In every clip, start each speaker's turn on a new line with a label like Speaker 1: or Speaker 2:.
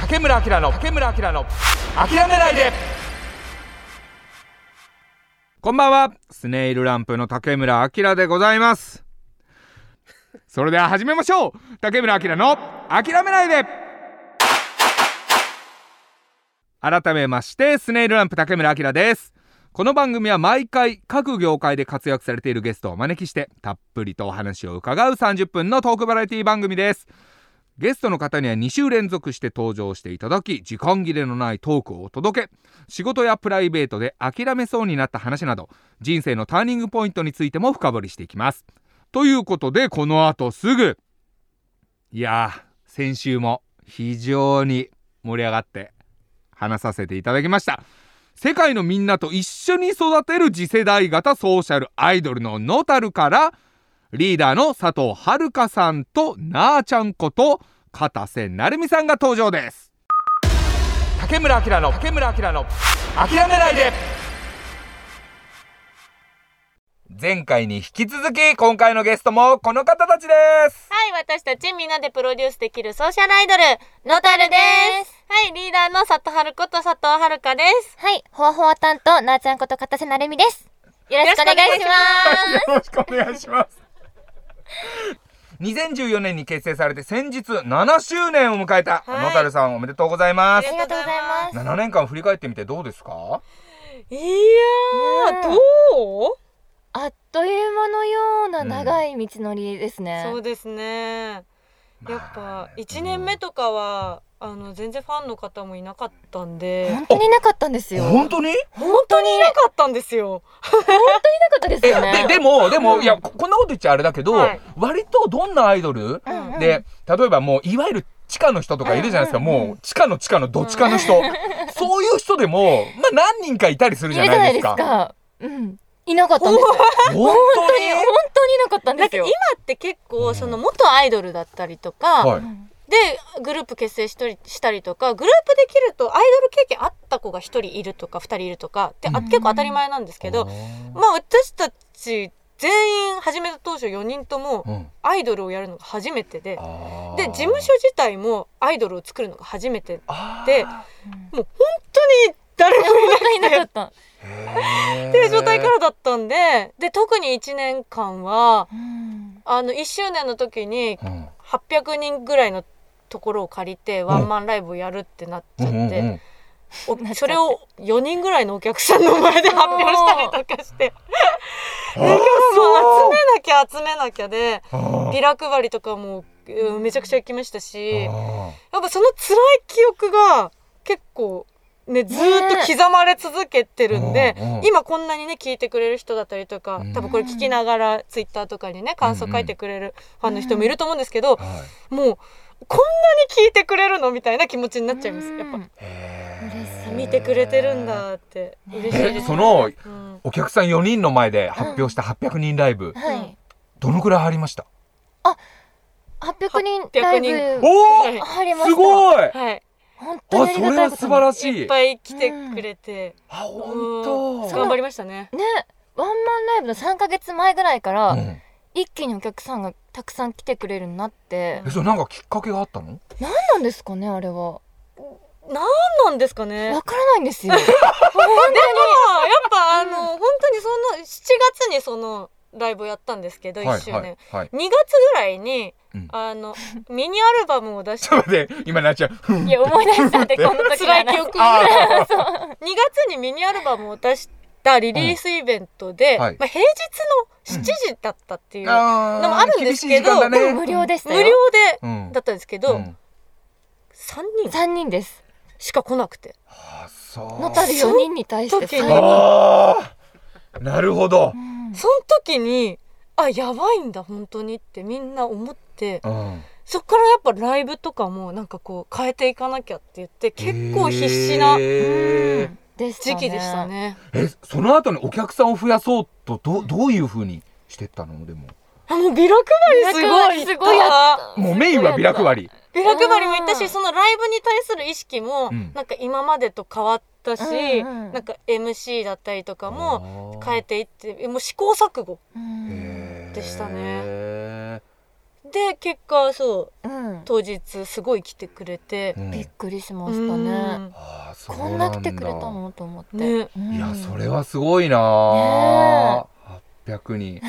Speaker 1: 竹村明の竹村明の諦めないでこんばんはスネイルランプの竹村明でございますそれでは始めましょう竹村明の諦めないで改めましてスネイルランプ竹村明ですこの番組は毎回各業界で活躍されているゲストをお招きしてたっぷりとお話を伺う30分のトークバラエティ番組ですゲストの方には2週連続して登場していただき時間切れのないトークをお届け仕事やプライベートで諦めそうになった話など人生のターニングポイントについても深掘りしていきますということでこの後すぐいやー先週も非常に盛り上がって話させていただきました世界のみんなと一緒に育てる次世代型ソーシャルアイドルのノタルからリーダーの佐藤遥さんとなーちゃんこと片瀬成美さんが登場です竹村明の竹村明の諦めないで前回に引き続き今回のゲストもこの方たちです
Speaker 2: はい、私たちみんなでプロデュースできるソーシャルアイドル、ノタルです。はい、リーダーの佐藤春子と佐藤遥香です。
Speaker 3: はい、ほわほわ担当、なあちゃんこと片瀬なるみです。よろしくお願いします。
Speaker 1: よろしくお願いします。2014年に結成されて先日7周年を迎えた、
Speaker 2: はい
Speaker 1: 野樽さんおめでとうございま
Speaker 2: あ
Speaker 1: す
Speaker 3: ありがとうございます。
Speaker 1: 7年間振り返ってみてどうですか
Speaker 2: いや
Speaker 3: ねえ
Speaker 2: どう
Speaker 3: あっという間のような長い道のりですね。
Speaker 2: そうですね。やっ
Speaker 1: ま
Speaker 2: ぱ
Speaker 1: あ、
Speaker 2: 1年目とかは、あの、全然ファンの方もいなかったんで、
Speaker 3: 本当になかったんですよ。
Speaker 1: 本当に
Speaker 2: 本当にいなかったんですよ。
Speaker 3: なかったです
Speaker 1: え
Speaker 3: よね。
Speaker 1: ででもでもいやここんなこと言っちゃあれだけど、
Speaker 2: はい
Speaker 1: 割とどんなアイドル、
Speaker 3: うんうん
Speaker 1: で例えばもういわゆる地下の人とかいるじゃないですか、もう地下の地下のどっちかの人、 そういう人でもまあ何人かいたりする
Speaker 3: い
Speaker 1: じ
Speaker 3: る
Speaker 1: ゃ
Speaker 3: じゃ
Speaker 1: な
Speaker 3: ないい
Speaker 1: で
Speaker 3: ですす
Speaker 1: か。
Speaker 3: か。うん。いなかったんです。
Speaker 1: 本
Speaker 3: 本
Speaker 1: 当
Speaker 3: 当
Speaker 1: に
Speaker 3: に、本当になかったん
Speaker 2: なん
Speaker 3: です
Speaker 2: か今
Speaker 3: よ
Speaker 2: っ。て結構、その元アイドルだったりとか、
Speaker 1: はい
Speaker 3: うん
Speaker 2: でグループ結成したりしたりとかグループできるとアイドル経験あった子が1人いるとか2人いるとかって、あ
Speaker 1: うん
Speaker 2: 結構当たり前なんですけど、まあ、私たち全員始めた当初4人とも
Speaker 1: うん
Speaker 2: アイドルをやるのが初めてで
Speaker 1: あー
Speaker 2: で事務所自体もアイドルを作るのが初めて
Speaker 1: あー
Speaker 2: で
Speaker 3: うん
Speaker 2: もう本当に誰も
Speaker 3: 本当にいなかった。
Speaker 1: へー
Speaker 2: っていう状態からだったんでで特に1年間は
Speaker 3: うん
Speaker 2: あの1周年の時に
Speaker 1: うん
Speaker 2: 800人ぐらいのところを借りてワンマンライブをやるってなっちゃっ
Speaker 1: うん
Speaker 2: て。
Speaker 1: うんうん
Speaker 3: なっ
Speaker 2: お
Speaker 3: ちゃって
Speaker 2: それを4人ぐらいのお客さんの前で発表したりとかしてそう集めなきゃ集めなきゃで
Speaker 1: あ
Speaker 2: ビラ配りとかもうんめちゃくちゃ行きましたし
Speaker 1: ー
Speaker 2: やっ
Speaker 1: あ
Speaker 2: ぱその辛い記憶が結構ねずーっと刻まれ続けてるん
Speaker 1: ね
Speaker 2: で
Speaker 1: うんうん
Speaker 2: 今こんなにね聞いてくれる人だったりとか
Speaker 1: うん
Speaker 2: 多分これ聞きながらツイッターとかにね感想書いてくれるファンの人もいると思うんですけど
Speaker 1: ーはい
Speaker 2: もうこんなに聞いてくれるのみたいな気持ちになっちゃいますやっぱ。
Speaker 1: へー
Speaker 3: 嬉しい
Speaker 2: 見てくれてるんだって嬉しいです、
Speaker 1: えその
Speaker 2: うん
Speaker 1: お客さん4人の前で発表した800人ライブ、
Speaker 3: はい。
Speaker 1: どのくらい入りました
Speaker 3: 800人ライブ
Speaker 1: お
Speaker 2: はい
Speaker 1: ー
Speaker 3: 入りました。
Speaker 1: すごいあ
Speaker 2: はい
Speaker 3: 本
Speaker 1: そ
Speaker 3: 当にありが
Speaker 1: れ
Speaker 3: たい
Speaker 1: は
Speaker 3: こ
Speaker 1: 素
Speaker 3: と
Speaker 1: 晴
Speaker 3: に
Speaker 1: らし
Speaker 2: いっ
Speaker 1: い
Speaker 2: ぱい来てくれて、
Speaker 1: あ本
Speaker 2: うん
Speaker 1: 当
Speaker 2: 頑張りましたね
Speaker 3: ね、ワンマンライブの3ヶ月前ぐらいから、
Speaker 1: うん
Speaker 3: 一気にお客さんがたくさん来てくれるようになって
Speaker 1: えそれなんかきっかけがあったの
Speaker 3: 何なんですかねあれは
Speaker 2: なんなんですかね
Speaker 3: わからないん ですよ本
Speaker 2: まあやっぱあの、本当にその7月にそのライブをやったんですけど、1周年、
Speaker 1: いはい
Speaker 2: 2月ぐらいに
Speaker 1: うん
Speaker 2: あのミニアルバムを出し
Speaker 1: ちょ
Speaker 2: て
Speaker 1: っと待って今なっちゃう
Speaker 3: 当にいや思い出したんでこの時
Speaker 2: 辛い
Speaker 3: な
Speaker 2: 記憶を2
Speaker 1: あー
Speaker 2: 月にミニアルバムを出したリリースイベントで、
Speaker 1: うんはい
Speaker 2: まあ、平日の7時だったっていう、
Speaker 1: あー
Speaker 2: のもあるんですけ
Speaker 1: 厳しい時間
Speaker 2: ど
Speaker 1: だね
Speaker 3: でも無料でした
Speaker 2: 無
Speaker 3: よ
Speaker 2: 料で
Speaker 1: うん
Speaker 2: だったんですけど、
Speaker 1: うん
Speaker 2: 3人
Speaker 3: 三人です
Speaker 2: しか来なくて
Speaker 1: あそう
Speaker 3: のたる四人に対して
Speaker 2: その
Speaker 3: 三
Speaker 2: 時
Speaker 3: 人
Speaker 1: あーなるほど
Speaker 3: う、ん
Speaker 2: その時にあやばいんだ本当にってみんな思って
Speaker 1: うん、
Speaker 2: そっからやっぱライブとかもなんかこう変えていかなきゃって言って結構必死な
Speaker 1: へー
Speaker 3: で
Speaker 2: 時期でしたね。
Speaker 1: えその後にお客さんを増やそうとどどういうふうにしてったのでも
Speaker 2: あもうビラ配りすごい
Speaker 3: ビラ配りすごいや
Speaker 1: もうメインはビラ配り
Speaker 2: ビラ配りもいった
Speaker 3: う
Speaker 2: し
Speaker 3: ん
Speaker 2: そのライブに対する意識も
Speaker 1: うん
Speaker 2: なんか今までと変わったし、
Speaker 3: うんうん
Speaker 2: なんか MC だったりとかも
Speaker 1: も
Speaker 2: 変えていってもう試行錯誤
Speaker 3: うん
Speaker 2: でしたね
Speaker 1: ね
Speaker 2: で結果そ
Speaker 3: う
Speaker 2: う
Speaker 3: ん。
Speaker 2: 当日すごい来てくれて
Speaker 1: うん
Speaker 3: びっくりしましたね。
Speaker 1: ああそう
Speaker 3: こん
Speaker 1: な
Speaker 3: な
Speaker 1: だ
Speaker 3: ん来てくれたのと思って。
Speaker 2: ね
Speaker 3: うん
Speaker 1: いやそれはすごいなー、800人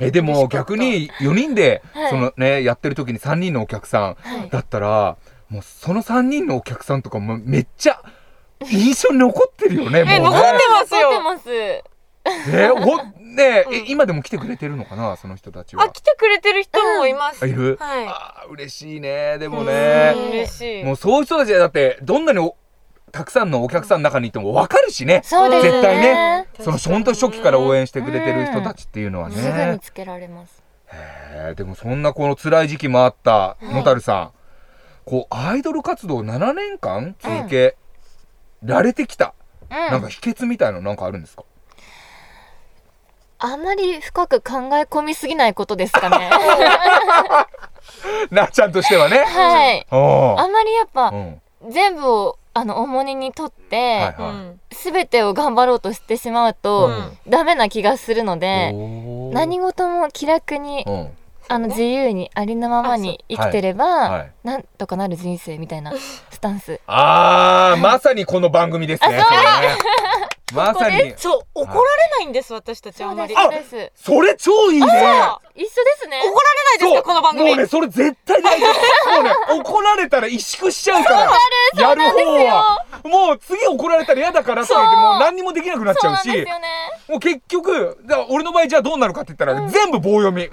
Speaker 1: えで
Speaker 3: 嬉しか
Speaker 1: も
Speaker 3: った
Speaker 1: 逆に4人で、
Speaker 3: はい
Speaker 1: そのねやってる時に3人のお客さん
Speaker 3: はい
Speaker 1: だったらもうその3人のお客さんとかもめっちゃ印象に残ってるよね
Speaker 2: え
Speaker 1: もう
Speaker 2: 残ってますよ
Speaker 3: 残ってます。
Speaker 1: ねえほねえ
Speaker 2: うん
Speaker 1: え今でも来てくれてるのかなその人たち
Speaker 2: あ
Speaker 1: は
Speaker 2: 来てくれてる人もいます、
Speaker 1: あいる、
Speaker 2: はい
Speaker 1: あー嬉しいねでも
Speaker 2: う
Speaker 1: ね
Speaker 2: ん嬉しい
Speaker 1: もうそういう人たちはだってどんなにおたくさんのお客さんの中にいても分かるしね
Speaker 3: そうですね。
Speaker 1: 絶対ね
Speaker 2: 確
Speaker 1: そ
Speaker 2: か
Speaker 1: の
Speaker 2: に
Speaker 1: 本当初期から応援してくれてる人たちっていうのはね、
Speaker 3: すぐ見つけられます。
Speaker 1: へえでもそんなこの辛い時期もあった野樽さん、こうアイドル活動を7年間続けられてきた、
Speaker 3: う
Speaker 1: なん
Speaker 3: ん
Speaker 1: か。秘訣みたいなのなんかあるんですか、
Speaker 3: あんまり深く考え込みすぎないことです かね。
Speaker 1: なっちゃんとしてはね。
Speaker 3: はい。
Speaker 1: お
Speaker 3: あんまりやっ
Speaker 1: う
Speaker 3: ぱ
Speaker 1: ん、
Speaker 3: 全部をあの重荷にと
Speaker 1: は
Speaker 3: っ
Speaker 1: い
Speaker 3: て
Speaker 2: う
Speaker 1: は
Speaker 2: ん
Speaker 3: すべてを頑張ろうとしてしまう
Speaker 1: う
Speaker 3: と
Speaker 1: ん
Speaker 3: ダメな気がするの
Speaker 1: い。
Speaker 3: で
Speaker 1: おー
Speaker 3: 何事も気楽に
Speaker 1: うん、
Speaker 3: あの自由にありのままに生きてれ
Speaker 1: は
Speaker 3: ば
Speaker 1: い。
Speaker 3: なんとかなる人生みたいなスタンス。
Speaker 1: あー、まさにこの番組ですね。
Speaker 3: あそう
Speaker 1: それねま さに。
Speaker 2: そう怒られないんです私たちあ
Speaker 3: そうん
Speaker 2: ま
Speaker 3: で
Speaker 2: り
Speaker 3: す
Speaker 2: 怒ら
Speaker 3: そう
Speaker 2: れ
Speaker 3: です。
Speaker 1: それ超いいね。
Speaker 3: 一緒ですね。
Speaker 2: ないです
Speaker 1: そう
Speaker 2: かこの番組
Speaker 1: もうね、それ絶対大丈夫。もうね、怒られたら萎縮しちゃうから。やる方は。もう次怒られたら嫌だからって言って、
Speaker 3: そう
Speaker 1: もう何にもできなくなっち
Speaker 3: そ
Speaker 1: ゃ
Speaker 3: う
Speaker 1: う
Speaker 3: なん
Speaker 1: し、
Speaker 3: ですよね。
Speaker 1: もう結局、だから俺の場合じゃあどうなるかって言ったら、全部棒 読み。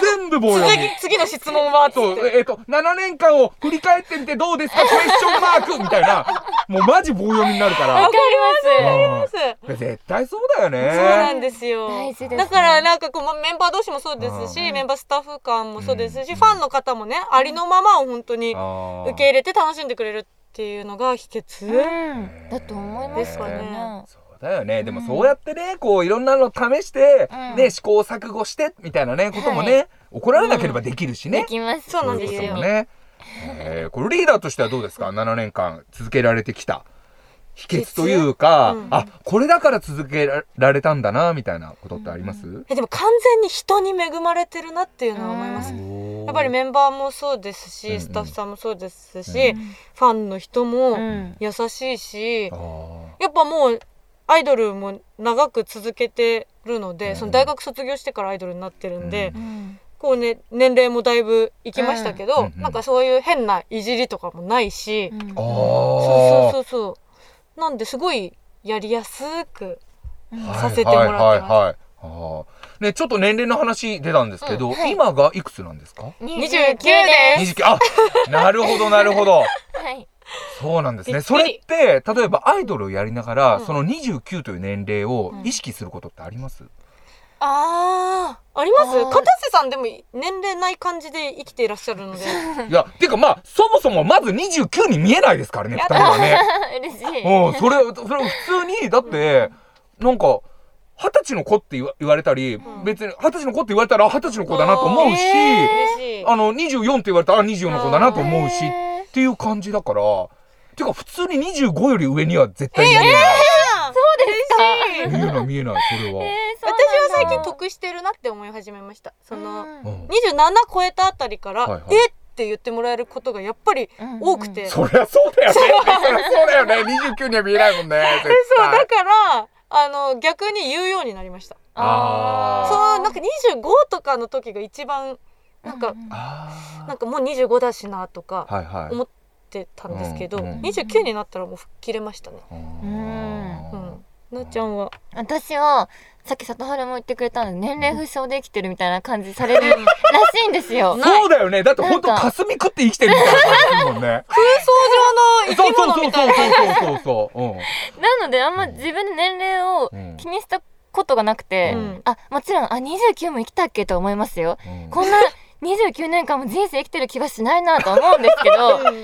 Speaker 1: 全部棒
Speaker 2: 続
Speaker 1: 読み。
Speaker 2: き次の質問はって
Speaker 1: そ
Speaker 2: 言っ
Speaker 1: う、
Speaker 2: て
Speaker 1: えっ、と、7年間を振り返ってみてどうですかクエスチョンマー クみたいな。もうマジ棒読みになるから
Speaker 3: わか。ります。
Speaker 1: うん
Speaker 2: そうそう
Speaker 1: 絶対そうだよね。
Speaker 2: なんですよ
Speaker 3: 大事ですね
Speaker 2: だからなんかこうまメンバー同士もそうです
Speaker 1: う
Speaker 2: しメンバースタッフ間もそうですし、
Speaker 1: うん
Speaker 2: ファンの方もねありのままを本当に
Speaker 1: あー
Speaker 2: 受け入れて楽しんでくれるっていうのが秘訣
Speaker 3: うん、だと思いますけど
Speaker 2: ですか
Speaker 3: ね。
Speaker 1: そうだよね。でも
Speaker 3: うん
Speaker 1: そうやってね、こういろんなの試して、
Speaker 3: うん
Speaker 1: ね、試行錯誤して、みたいなね、こともね、怒られなければできるし
Speaker 3: で
Speaker 1: ね。
Speaker 3: きます。
Speaker 2: そうなん
Speaker 1: い
Speaker 2: ですよ
Speaker 1: こともね。えーこれリーダーとしてはどうですか ?7 年間続けられてきた。秘訣というか、
Speaker 2: うん
Speaker 1: あ、これだから続けられたんだな、みたいなことってあります、
Speaker 2: えでも完全に人に恵まれてるなっていうのは思います
Speaker 3: う
Speaker 2: やっぱりメンバーもそうですし、
Speaker 1: うんうん
Speaker 2: スタッフさんもそうですし、
Speaker 1: う
Speaker 2: ファンの人
Speaker 3: う
Speaker 2: も
Speaker 3: ん、
Speaker 2: 優しいし、
Speaker 1: あー
Speaker 2: やっぱもうアイドルも長く続けてるので、
Speaker 1: うん
Speaker 2: その大学卒業してからアイドルになってるんで、
Speaker 1: う
Speaker 3: うん、
Speaker 2: こうね年齢もだいぶいきましたけど、
Speaker 1: うんうん
Speaker 2: なんかそういう変ないじりとかもないし、
Speaker 3: うん
Speaker 1: あー。
Speaker 2: そうそうそうそうなんですごいやりやすく
Speaker 1: はい
Speaker 2: させてもらってます
Speaker 1: はいはいはいあーね、ちょっと年齢の話出たんですけど、
Speaker 3: うんはい
Speaker 1: 今がいくつなんですか
Speaker 3: 二
Speaker 2: 29で
Speaker 1: 二
Speaker 2: す
Speaker 1: 十九あ、なるほどなるほど。
Speaker 3: はい。
Speaker 1: そうなんです
Speaker 2: び
Speaker 1: ね。
Speaker 2: っく
Speaker 1: そ
Speaker 2: り
Speaker 1: れって例えばアイドルをやりながら、
Speaker 2: うん
Speaker 1: その二十九という年齢を
Speaker 2: うん
Speaker 1: 意識することってあります？
Speaker 2: あーあります
Speaker 3: あー
Speaker 2: 片瀬さんでも年齢ない感じで生きていらっしゃるので
Speaker 1: いや、てかまあそもそもまず二十九に見えないですからね、二人は ね。
Speaker 3: 嬉しい。
Speaker 1: うん、それそれ普通にだってなんか。二十歳の子って言わ言われたり、
Speaker 2: ん
Speaker 1: 別に二十歳の子って言われたら二十歳の子だなと思うし、
Speaker 3: あーえ
Speaker 2: 嬉しい
Speaker 1: あの24って言われたらあ24の子だなと思うし、
Speaker 3: へー
Speaker 1: っていう感じだからてか普通に25より上には絶対見えない、
Speaker 2: 嬉しい
Speaker 1: 見えない見えないそれは、
Speaker 3: えー、
Speaker 2: 私は最近
Speaker 3: と
Speaker 2: 得してるなって思い始めましたその、
Speaker 1: うん
Speaker 2: 27超えたあたりから、
Speaker 1: はいはい
Speaker 2: えって言ってもらえることがやっぱり多くて、
Speaker 1: そりゃそうだよねそりゃそうだよね29には見えないもんね
Speaker 2: で
Speaker 1: 絶
Speaker 2: そうだ
Speaker 1: 対
Speaker 2: からあの逆に言うようになりました
Speaker 1: あー
Speaker 2: そのなんか25とかの時が一番なんか、
Speaker 1: あ
Speaker 2: なんかもう25だしなとか
Speaker 1: ーはいはい
Speaker 2: 思ってたんですけど、
Speaker 1: うんうん
Speaker 2: 29になったらもう吹っ切れましたね、
Speaker 1: うん
Speaker 2: うん、なっちゃんは
Speaker 3: 私はさっき里春も言ってくれたので年齢不詳で生きてるみたいな感じされるらしいんですよ。
Speaker 1: そうだよねだってほんと
Speaker 3: なんか
Speaker 1: 霞食って生きてるみたいな感じだもん ね
Speaker 2: 空想
Speaker 1: そう
Speaker 2: 上
Speaker 1: そう
Speaker 2: の生き物
Speaker 1: そう
Speaker 2: みたい
Speaker 1: そう
Speaker 2: な
Speaker 1: そうそうそううん
Speaker 3: なのであんま自分で年齢を
Speaker 1: うん
Speaker 3: 気にしたことがなくて、
Speaker 2: うん
Speaker 3: あもちろんあ29も生きたっけと思いますよ。
Speaker 1: うん
Speaker 3: こんな29年間も人生生きてる気はしないなと思うんですけど思
Speaker 2: うん
Speaker 3: うん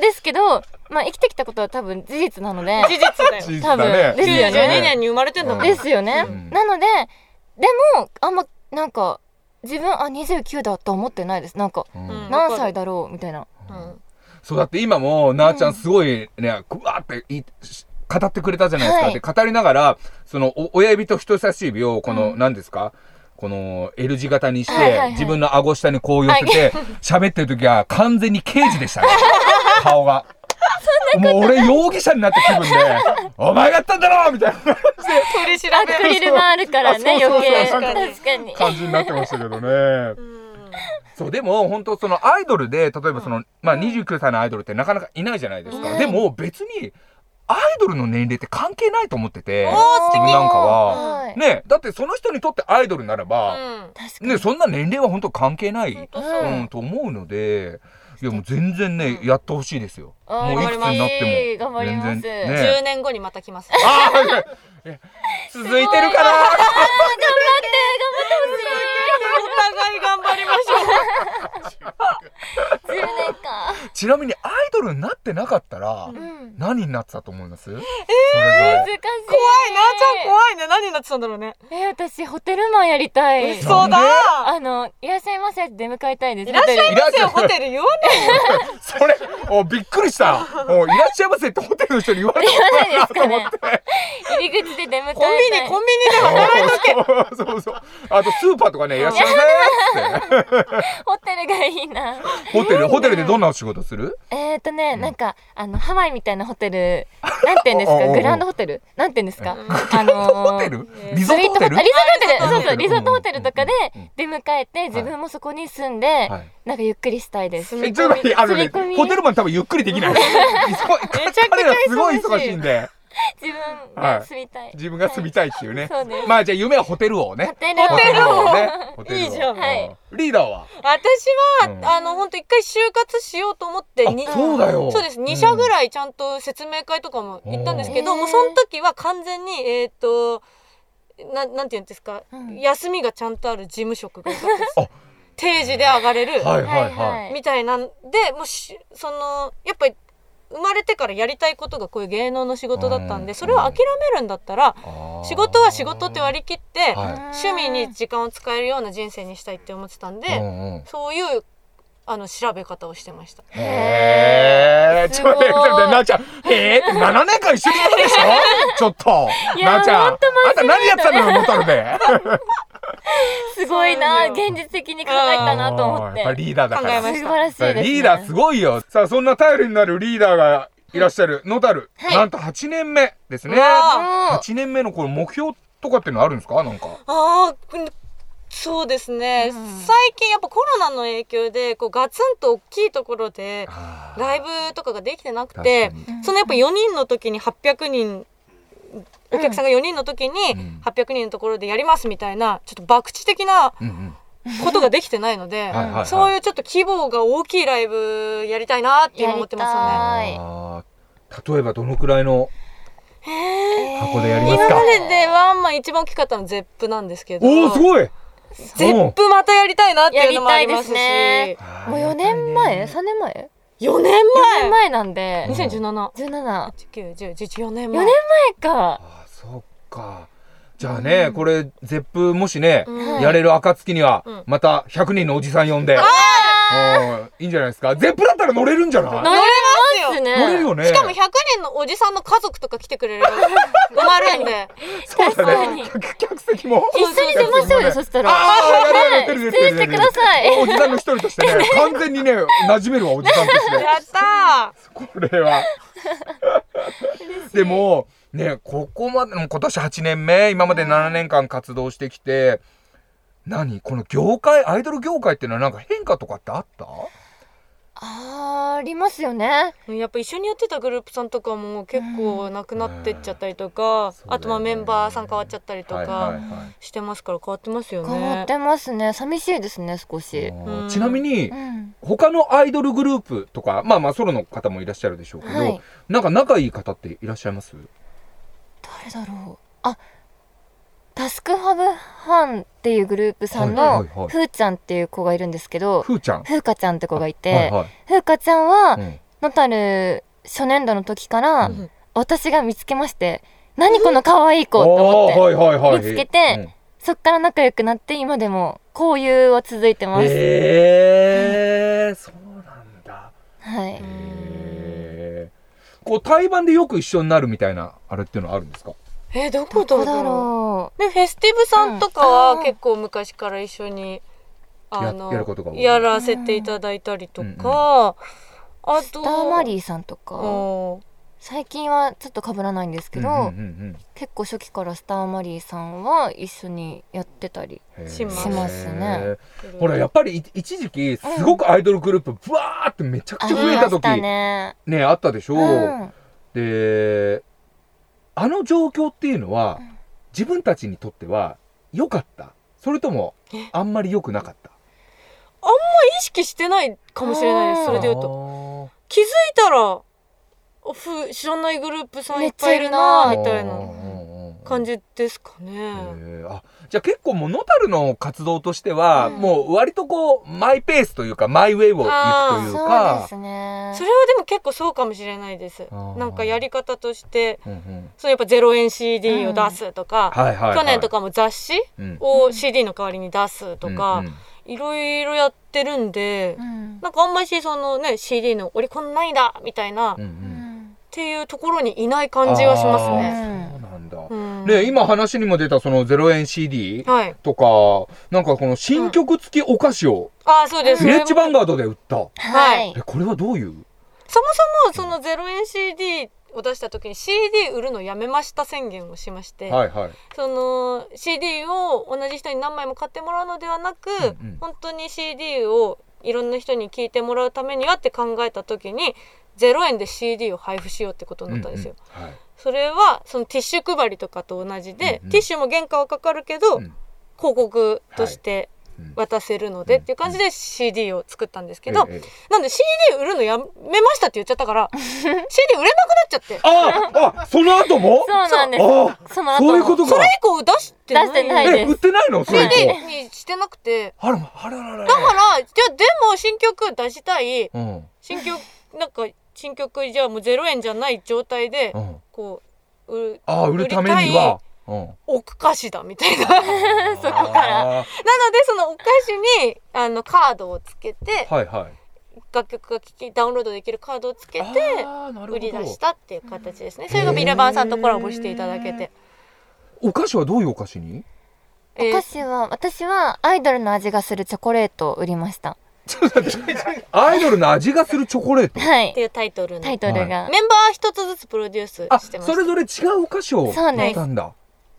Speaker 3: ですけど、まあ、生きてきたことは多分事実なので
Speaker 2: 事実だよ
Speaker 1: 事実
Speaker 3: 多分
Speaker 1: だね
Speaker 3: ですよね
Speaker 2: 92年に生まれてんだもん、
Speaker 1: うん
Speaker 3: ですよね。
Speaker 1: うん
Speaker 3: なのででもあんまなんか自分あ29だと思ってないですなんか
Speaker 1: うん
Speaker 2: うん
Speaker 3: 何歳だろうみたいな。
Speaker 2: うん
Speaker 1: そうだって今もなあちゃんすごいね、くわーっていし語ってくれたじゃないですか。
Speaker 3: はい
Speaker 1: で語りながらそのお親指と人差し指をこの、
Speaker 3: うん
Speaker 1: 何ですかこの L 字型にして、
Speaker 3: はいはいはい
Speaker 1: 自分の顎下にこう寄せて、喋ってる時は完全に刑事で したね。顔が。もう俺容疑者になった気分で、お前がやったんだろみたいな
Speaker 2: 取り調
Speaker 3: ア
Speaker 2: べ
Speaker 3: クリルがあるからね
Speaker 1: そうそう
Speaker 3: 余
Speaker 1: そ
Speaker 3: 計
Speaker 1: う
Speaker 2: そう
Speaker 3: 確かに
Speaker 1: 感じになってましたけどね。そう、でも本当そのアイドルで、例えばその、まあ29歳のアイドルってなかなかいないじゃないです
Speaker 3: い
Speaker 1: か。
Speaker 3: ない
Speaker 1: でも別に、アイドルの年齢って関係ないと思ってて、
Speaker 2: おー素敵
Speaker 1: 自分なんかは。
Speaker 3: はい
Speaker 1: ね、だってその人にとってアイドルならば、
Speaker 2: う
Speaker 3: 確かに
Speaker 1: ね、そんな年齢は本当関係ない。
Speaker 2: ん。本当
Speaker 3: うん
Speaker 2: そう。
Speaker 1: うん、と思うので、いやもう全然ね、やってほしいですよ。
Speaker 3: あー
Speaker 1: もういくつになっても。
Speaker 3: 頑張ります
Speaker 1: 全然ね。
Speaker 2: 10年後にまた来ます。
Speaker 1: あーいやいや続いてるかな
Speaker 2: お互い頑張りましょ。
Speaker 3: 10年か
Speaker 1: ちなみにアイドルになってなかったら、
Speaker 3: うん
Speaker 1: 何になってたと思いますえ
Speaker 3: 難
Speaker 1: え
Speaker 3: しいう
Speaker 2: 怖いなあちゃん怖いね。何になってたんだろうね。
Speaker 3: え私ホテルマンやりたい
Speaker 1: 嘘
Speaker 2: そうだ。
Speaker 3: あのいらっしゃいませって出迎えたいです
Speaker 2: いらっしゃいませよ
Speaker 1: ホ
Speaker 2: ホ
Speaker 1: テ
Speaker 2: テル言わ ない。
Speaker 1: それ、お、びっくり した。お、いらっしゃいませってホテルの人に言われた
Speaker 3: 言わないですかね入り口で出迎え
Speaker 2: コン
Speaker 3: た
Speaker 2: ビニ
Speaker 3: い
Speaker 2: コンビニで働いとけ。
Speaker 1: そうそうそう。あとスーパーとかね、いらっしゃいませって。
Speaker 3: ホテルがいいな
Speaker 1: ホテル、ホテルでどんなお仕事する
Speaker 3: えーとね、なんか、あの、ハワイみたいなホテル、なんて言うんです
Speaker 1: おうおうお
Speaker 3: か
Speaker 1: う
Speaker 3: グランドホテルなんて言うんですかあのー
Speaker 1: ホテル
Speaker 2: えー
Speaker 1: リ
Speaker 3: ス
Speaker 1: ゾ
Speaker 3: イ
Speaker 1: ー
Speaker 3: ー
Speaker 1: トホ
Speaker 3: トホ
Speaker 1: テ
Speaker 3: テ
Speaker 1: ル
Speaker 3: ルリゾートホテル
Speaker 2: あ
Speaker 3: そうそう、
Speaker 1: リ
Speaker 3: リ
Speaker 1: ゾ
Speaker 3: ゾ
Speaker 1: ー
Speaker 3: ー
Speaker 1: ト
Speaker 3: ト
Speaker 1: ホ
Speaker 3: ホ
Speaker 1: テ
Speaker 3: テ
Speaker 1: ル
Speaker 3: ルとかで
Speaker 1: うん
Speaker 3: 出迎えて、自分もそこに住んで、
Speaker 1: はい
Speaker 3: なんかゆっくりしたいです。
Speaker 1: え、ちょっと待って、あのね
Speaker 3: 住み込、み
Speaker 1: ホテルマン多分ゆっくりでき ない。め
Speaker 2: ちゃくちゃ忙しい
Speaker 1: 彼らすごい忙しいんで、
Speaker 3: 自分
Speaker 1: はい
Speaker 3: が住みたい。
Speaker 1: 自分が住みたいっていうね。
Speaker 3: そうです。
Speaker 1: まあじゃあ夢はホテル王ね
Speaker 3: ホ。テルを
Speaker 2: ホテル王
Speaker 1: ね。ホテル王
Speaker 2: いいじゃん
Speaker 3: はい。
Speaker 1: リーダーは
Speaker 2: 私
Speaker 1: うん
Speaker 2: はあの本当一回就活しようと思ってに
Speaker 1: あそうだよ
Speaker 2: そうです。
Speaker 1: うん
Speaker 2: 二社ぐらいちゃんと説明会とかも行ったんですけ
Speaker 3: お
Speaker 2: ど、
Speaker 3: ー
Speaker 2: もうその時は完全にえっとななんていうんですか
Speaker 3: うん
Speaker 2: 休みがちゃんとある事務職が良かったで
Speaker 1: あ
Speaker 2: す。定時で上がれる。
Speaker 1: はい
Speaker 3: は
Speaker 1: はいいは。
Speaker 3: はいい。
Speaker 2: みたいなんでもうしそのやっぱり生まれてからやりたいことがこういう芸能の仕事だったん
Speaker 1: うん
Speaker 2: でそれを諦めるんだったら
Speaker 1: あー
Speaker 2: 仕事は仕事って割り切って
Speaker 1: はい
Speaker 2: 趣味に時間を使えるような人生にしたいって思ってたん
Speaker 1: う
Speaker 2: で
Speaker 1: んうん
Speaker 2: そういうあの調べ方をしてました。
Speaker 1: へえ。ち
Speaker 3: す
Speaker 1: ょ
Speaker 3: ご
Speaker 1: っ
Speaker 3: い
Speaker 1: と待って、ちょっと待って、なあちゃん。へえって7年間一緒にいるで しょちょっと。
Speaker 3: いや
Speaker 1: なあちゃん。あ
Speaker 3: ほ
Speaker 1: ん
Speaker 3: ん
Speaker 1: た何やってたんだろう、タルで。
Speaker 3: すごいな、
Speaker 2: そうですよ
Speaker 3: 現実的に考えたなと思っ
Speaker 1: あーやぱ
Speaker 3: て。
Speaker 1: リーダーだか
Speaker 2: 考
Speaker 1: ら
Speaker 2: えま。し
Speaker 3: 素晴らしいです、ね。
Speaker 1: リーダーすごいよ。さあ、そんな頼りになるリーダーがいらっしゃる、野たる、
Speaker 3: はい
Speaker 1: なんと8年目ですね
Speaker 2: う。わ
Speaker 3: うん
Speaker 1: 8年目のこの目標とかっていうのあるんですかなんか。
Speaker 2: あーうんそうですね、
Speaker 3: うん
Speaker 2: 最近やっぱコロナの影響でこうガツンと大きいところでライ
Speaker 1: ブ
Speaker 2: ブとかができてなくて。
Speaker 3: うん
Speaker 2: そのやっぱ4人の時に800人お客さんが4人の時に
Speaker 1: うん
Speaker 2: 800人のところでやりますみたいなちょっと博打的な
Speaker 1: うんうん。
Speaker 2: ことができてないので
Speaker 1: はいはいはい
Speaker 2: そういうちょっと規模が大きいライブやりたいなって今思ってま
Speaker 3: はい
Speaker 1: あー例えばどのくらいの
Speaker 2: すよね。
Speaker 1: 箱でやり
Speaker 2: へ
Speaker 1: ます
Speaker 2: ー
Speaker 1: か
Speaker 2: 今までではまあ一番大きかったのは ZEP なんですけど
Speaker 1: おおすごい
Speaker 2: ゼップまたやりたいなっていうのもありますし、
Speaker 3: やりたいでもう4年前 ?3 年前
Speaker 2: 4年
Speaker 3: ?4 年
Speaker 2: 前
Speaker 3: 前なんで、
Speaker 1: うん
Speaker 2: 2017
Speaker 3: 17。
Speaker 2: 19、10、11、4年
Speaker 3: 4
Speaker 2: 前
Speaker 3: 年前
Speaker 1: あ
Speaker 3: か。
Speaker 1: ーそっかじゃあね、これゼップもしね、
Speaker 2: うん
Speaker 1: やれる暁には
Speaker 2: うん
Speaker 1: また100人のおじさん呼んで、うんいいんじゃないですかゼップだったら乗れるんじゃない
Speaker 3: 乗
Speaker 1: 乗
Speaker 3: れ
Speaker 2: ますよ
Speaker 1: れるよね
Speaker 2: しかも100人のおじさんの家族とか来てく れれば埋まるんで
Speaker 1: そう
Speaker 3: 確
Speaker 1: だ
Speaker 3: か
Speaker 1: ね
Speaker 3: に
Speaker 1: 客客席も
Speaker 3: 一緒に出ましょうよ、そしたら。
Speaker 1: あーやるやるやるや
Speaker 3: 出
Speaker 1: るやる
Speaker 3: 演してください。
Speaker 1: おじさんの一人として ね完全にね馴染めるわおじさんとして
Speaker 2: やった
Speaker 1: これは。でも、ね、ここまでの今年8年目、今まで7年間活動してきて、何この業界、アイドル業界ってのはなんか変化とかってあった
Speaker 3: あー、ありますよね。
Speaker 2: ーやっぱ一緒にやってたグループさんとかも結構なくなってっちゃったりとか、
Speaker 1: そうだよね
Speaker 2: あとまあメンバーさん変わっちゃったりと
Speaker 1: はいはい
Speaker 2: か
Speaker 1: はい
Speaker 2: してますから変わってますよね。
Speaker 3: 変わってますね。寂しいですね、少し。
Speaker 1: あ
Speaker 2: う
Speaker 1: ー。
Speaker 2: ん
Speaker 1: ちなみに
Speaker 3: う、ん。
Speaker 1: 他のアイドルグループとか、まあまあソロの方もいらっしゃるでしょうけど、
Speaker 3: はい
Speaker 1: なんか仲いい方っていらっしゃいます
Speaker 3: 誰だろう。あ、タスクハブハンっていうグループさ
Speaker 1: は
Speaker 3: ん
Speaker 1: いは
Speaker 3: の、
Speaker 1: いはい
Speaker 3: ふーちゃんっていう子がいるんですけど、
Speaker 1: ふーちゃん。
Speaker 3: ふうかちゃんって子がい
Speaker 1: はい
Speaker 3: て、
Speaker 1: はい
Speaker 3: ふうかちゃんは、
Speaker 1: うん
Speaker 3: のたる初年度の時か
Speaker 1: う
Speaker 3: ら
Speaker 1: ん、
Speaker 3: 私が見つけまして、何この可愛い子と思って
Speaker 1: あー。はいはいはい。
Speaker 3: 見つけて
Speaker 1: うん
Speaker 3: そっから仲良くなって今でも交友は続いてます。
Speaker 1: えー、そうなんだ。
Speaker 3: はい。
Speaker 1: へーこう対バンでよく一緒になるみたいなあれっていうのはあるんですか
Speaker 2: えどこだ
Speaker 3: どこ
Speaker 2: ろう
Speaker 3: だろ
Speaker 2: ね、フェスティブさんとか
Speaker 3: うんあ
Speaker 2: は
Speaker 3: ー
Speaker 2: 結構昔から一緒に、あの
Speaker 1: やることが多い
Speaker 2: やらせていただいたりとか、あと
Speaker 3: う。ダーマリーさんとか、
Speaker 2: うん
Speaker 3: 最近はちょっと被らないんですけど、
Speaker 1: うんうん
Speaker 3: 結構初期からスターマリーさんは一緒にやってたり
Speaker 1: うんうん
Speaker 2: します
Speaker 1: へー
Speaker 3: しますね
Speaker 1: ほらやっぱりい一時期すごくアイドルグループブワーってめちゃくちゃ増えた時
Speaker 3: ありましたね。
Speaker 1: ねあったでしょ、
Speaker 3: うん
Speaker 1: であの状況っていうのは
Speaker 3: うん
Speaker 1: 自分たちにとっては良かったそれともあんまり良くなかった
Speaker 2: 意識してないかもしれないです、
Speaker 3: あー
Speaker 2: それで言うと。
Speaker 1: と
Speaker 2: 気づいたら、おふ、知らないグループさんいっぱいいる
Speaker 3: あ
Speaker 2: な
Speaker 3: め
Speaker 2: みたいな感
Speaker 1: じ
Speaker 2: じですかね。
Speaker 1: あじゃあ結構もう野樽の活動としては、
Speaker 3: うん
Speaker 1: もう割とこうマイペースというかマイウェイを行くという
Speaker 3: そうで
Speaker 1: か
Speaker 3: すね。
Speaker 2: それはでも結構そうかもしれないです
Speaker 1: あ。ー
Speaker 2: なんかやり方として、
Speaker 1: うんうん
Speaker 2: そうやっぱゼロ円 CD を出すとか、
Speaker 1: はいはいはい
Speaker 2: 去年とかも雑誌
Speaker 1: うん
Speaker 2: を CD の代わりに出すとか、
Speaker 1: うんうん
Speaker 2: いろいろやってるんで、
Speaker 3: うん
Speaker 2: なんかあんまりそのね CD のオリコンないんだみたいな、
Speaker 1: うんう
Speaker 3: うん
Speaker 2: っ
Speaker 3: ん
Speaker 2: ていうところにいない感じはしますね。
Speaker 1: あーそうなんだ、
Speaker 2: うん
Speaker 1: ね今話にも出たその0円 CD
Speaker 2: はい。
Speaker 1: とか、なんかこの新曲付きお菓子を
Speaker 2: あーそうです。
Speaker 1: ヴィレッジヴァ
Speaker 2: それ
Speaker 1: ン
Speaker 2: も
Speaker 1: ガードで売った。
Speaker 3: は
Speaker 2: はい
Speaker 3: い
Speaker 1: え、。これはどういう
Speaker 2: そもそもそのゼロ円 CD を出した時に CD 売るのやめました宣言をしまして、
Speaker 1: はいはい。
Speaker 2: その CD を同じ人に何枚も買ってもらうのではなく、
Speaker 1: んうん
Speaker 2: 本当に CD をいろんな人に聞いてもらうためにはって考えた時に0円で CD を配布しようってことになったんですよ。
Speaker 1: うんうんはい
Speaker 2: それはそのティッシュ配りとかと同じで、
Speaker 1: うんうん
Speaker 2: ティッシュも原価はかかるけど、
Speaker 1: うん
Speaker 2: 広告として
Speaker 1: うん
Speaker 2: 渡せるのでっていう感じで CD を作ったんですけど、
Speaker 1: ええええ
Speaker 2: なんで CD 売るのやめましたって言っちゃったから CD 売れなくなっちゃって
Speaker 1: ああ、その後も
Speaker 3: そうなんです。
Speaker 1: あ
Speaker 3: その
Speaker 1: あ、
Speaker 3: 後も
Speaker 1: そういうこと
Speaker 2: そ
Speaker 1: か
Speaker 2: れ。以降出してない
Speaker 3: 出してない
Speaker 1: え、売ってないのそれ以降。
Speaker 2: CD にしてなくて
Speaker 1: あら、あらららら。
Speaker 2: だからじゃあでも新曲出したい
Speaker 1: うん。
Speaker 2: 新曲なんか新曲じゃあもう0円じゃない状態で
Speaker 1: うん。
Speaker 2: こうう
Speaker 1: ああ、売るためには。 うん。
Speaker 2: 置く菓子だみたいななので
Speaker 1: そこから。
Speaker 2: そのお菓子にあのカードをつけて
Speaker 1: はいはい。
Speaker 2: 楽曲が聴きダウンロードできるカードをつけて
Speaker 1: あーなるほど
Speaker 2: 売り出したっていう形ですねそれがビレバンさんとコラボしていただけて、
Speaker 1: お菓子はどういうお菓子に
Speaker 2: え
Speaker 3: お
Speaker 2: ー
Speaker 3: 菓子は私はアイドルの味がするチョコレートを売りました。
Speaker 1: アイドルの味がするチョコレート。
Speaker 3: は
Speaker 2: って
Speaker 3: い。
Speaker 2: いうタイトルの
Speaker 3: タイ
Speaker 2: メン
Speaker 3: トルが。
Speaker 2: バー一つずつプロデュースして
Speaker 1: あ、
Speaker 2: まし
Speaker 1: そ
Speaker 2: た
Speaker 1: れぞれ違うお菓子を
Speaker 3: そうな
Speaker 1: や
Speaker 3: んで
Speaker 1: っ
Speaker 3: す
Speaker 1: たんだ。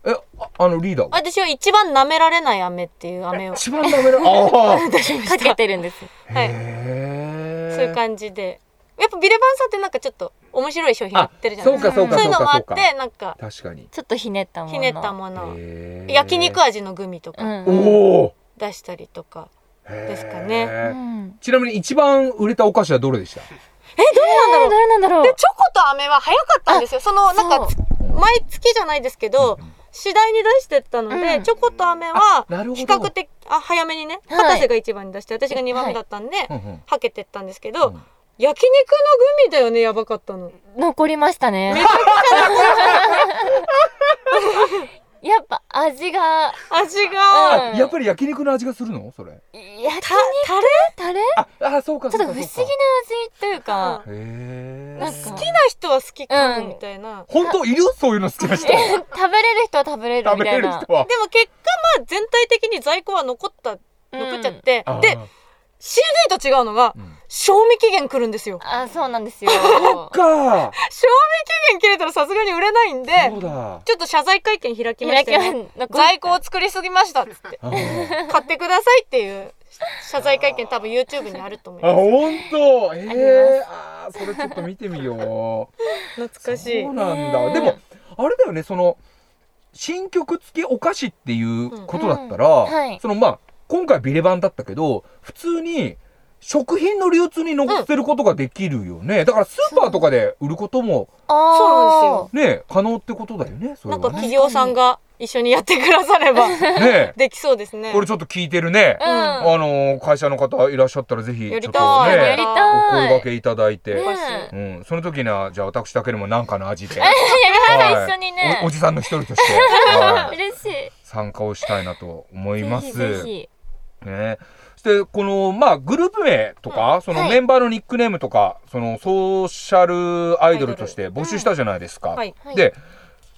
Speaker 1: え、ああのリーダーは
Speaker 2: 私は一番舐められない飴っていう飴を
Speaker 1: 一番ダメ な。ああ。
Speaker 3: かけてるん です。
Speaker 2: はい
Speaker 1: へー
Speaker 2: そういう感じでやっぱビレバンさんってなんかちょっと面白い商品やってるじゃない
Speaker 1: そう
Speaker 2: ですか
Speaker 1: かそうか
Speaker 2: そうい
Speaker 1: そううか
Speaker 2: のもあ
Speaker 1: そう
Speaker 2: っ
Speaker 1: か。
Speaker 2: てなんか
Speaker 1: 確かに。
Speaker 3: ちょっとひねったもの。
Speaker 2: ひねったもの
Speaker 1: へー
Speaker 2: 焼肉味のグミと
Speaker 3: う
Speaker 2: か
Speaker 3: ん。
Speaker 1: おお。
Speaker 2: 出したりとか
Speaker 1: です
Speaker 2: かね
Speaker 3: うん。
Speaker 1: ちなみに一番売れたお菓子はどれでした？
Speaker 3: えーどれなんだろう
Speaker 2: で。チョコと飴は早かったんですよそのなんか
Speaker 3: そ
Speaker 2: 毎月じゃないですけど次第に出してったので、
Speaker 3: うん
Speaker 2: チョコと飴は
Speaker 1: なるほど
Speaker 2: 比較的あ早めにね
Speaker 3: はい
Speaker 2: 片瀬が一番に出して、私が2番目だったんで、
Speaker 1: うんうん
Speaker 2: はけてったんですけど、
Speaker 1: うん
Speaker 2: 焼肉のグミだよねやばかったの
Speaker 3: 残りましたね。 やっぱ味が
Speaker 2: 味が、
Speaker 1: あやっぱり焼肉の味がするの？それ。
Speaker 3: 焼き
Speaker 2: た
Speaker 3: タ
Speaker 2: タレ
Speaker 3: レ
Speaker 1: あ、あそうか
Speaker 3: ち
Speaker 1: そ
Speaker 3: ょっと
Speaker 1: うか
Speaker 3: 不思議な
Speaker 1: そうか。
Speaker 3: 味というか、
Speaker 1: 議な。へえ。
Speaker 3: なんか
Speaker 1: 好き
Speaker 3: 好き
Speaker 2: 好きな人は好きか
Speaker 3: うん
Speaker 2: もみたいな、
Speaker 1: 本当いるそういうの好きな 人。
Speaker 3: 食べれる人は食べれる
Speaker 1: 食
Speaker 3: み
Speaker 1: べ
Speaker 3: た
Speaker 1: れ
Speaker 3: い
Speaker 1: る
Speaker 3: な
Speaker 1: 人。は。
Speaker 2: でも結果まあ全体的に在庫は残った
Speaker 3: うん
Speaker 2: 残っちゃって、
Speaker 1: あー
Speaker 2: で CD と違うのが
Speaker 1: うん
Speaker 2: 賞味期限来るんですよ
Speaker 3: あ、そうなんですよ。
Speaker 1: か。
Speaker 2: 賞味期限切れたらさすがに売れないんで
Speaker 1: そうだ。
Speaker 2: ちょっと謝罪会見開きまし
Speaker 3: 開
Speaker 2: た
Speaker 3: き
Speaker 2: よ
Speaker 3: は
Speaker 2: ね
Speaker 3: 残
Speaker 2: 在庫を作りすぎましたっつって
Speaker 1: あー
Speaker 2: 買ってくださいっていう謝罪会見多分 YouTube にあると思い
Speaker 1: あ、
Speaker 2: ま
Speaker 1: 本当。ええ
Speaker 3: あり。
Speaker 1: あー、それちょっと見てみよう。
Speaker 2: す 懐かしい
Speaker 1: そうなんだ、
Speaker 3: ねえ
Speaker 1: でもあれだよねその新曲付きお菓子っていうことだったら、
Speaker 3: んはい
Speaker 1: そのまあ今回ビレ版だったけど普通に食品の流通に乗せることができるよね、だからスーパーとかで売ることも
Speaker 2: そ
Speaker 3: あ
Speaker 1: ね可能ってことだよねそれ
Speaker 2: なん
Speaker 1: は
Speaker 2: か
Speaker 1: ね
Speaker 2: 企業さんが一緒にやってくだされば
Speaker 1: ね
Speaker 2: できそうですね
Speaker 1: これちょっと聞いてるね、
Speaker 2: ん
Speaker 1: あ
Speaker 3: うん。
Speaker 1: のー会社の方いらっしゃったらぜひちょ
Speaker 2: や
Speaker 1: っと
Speaker 2: りた
Speaker 3: ね
Speaker 2: い、
Speaker 3: や
Speaker 1: ね
Speaker 3: り
Speaker 1: お
Speaker 3: たい
Speaker 1: 声掛けいただいて、
Speaker 3: ね
Speaker 1: うん、その時にはじゃあ私だけでもなんかの味で、
Speaker 3: はい一緒にね
Speaker 1: おおじさんの一人として、はい
Speaker 3: 嬉しい。
Speaker 1: 参加をしたいなと思い
Speaker 3: ぜ
Speaker 1: ます。
Speaker 3: ひぜひ。
Speaker 1: ね。そしてこのまあグループ名とか、その
Speaker 3: はい
Speaker 1: メンバーのニックネームとか、そのソーシャルアイドルとして募集したじゃないですか。
Speaker 2: はい
Speaker 1: で、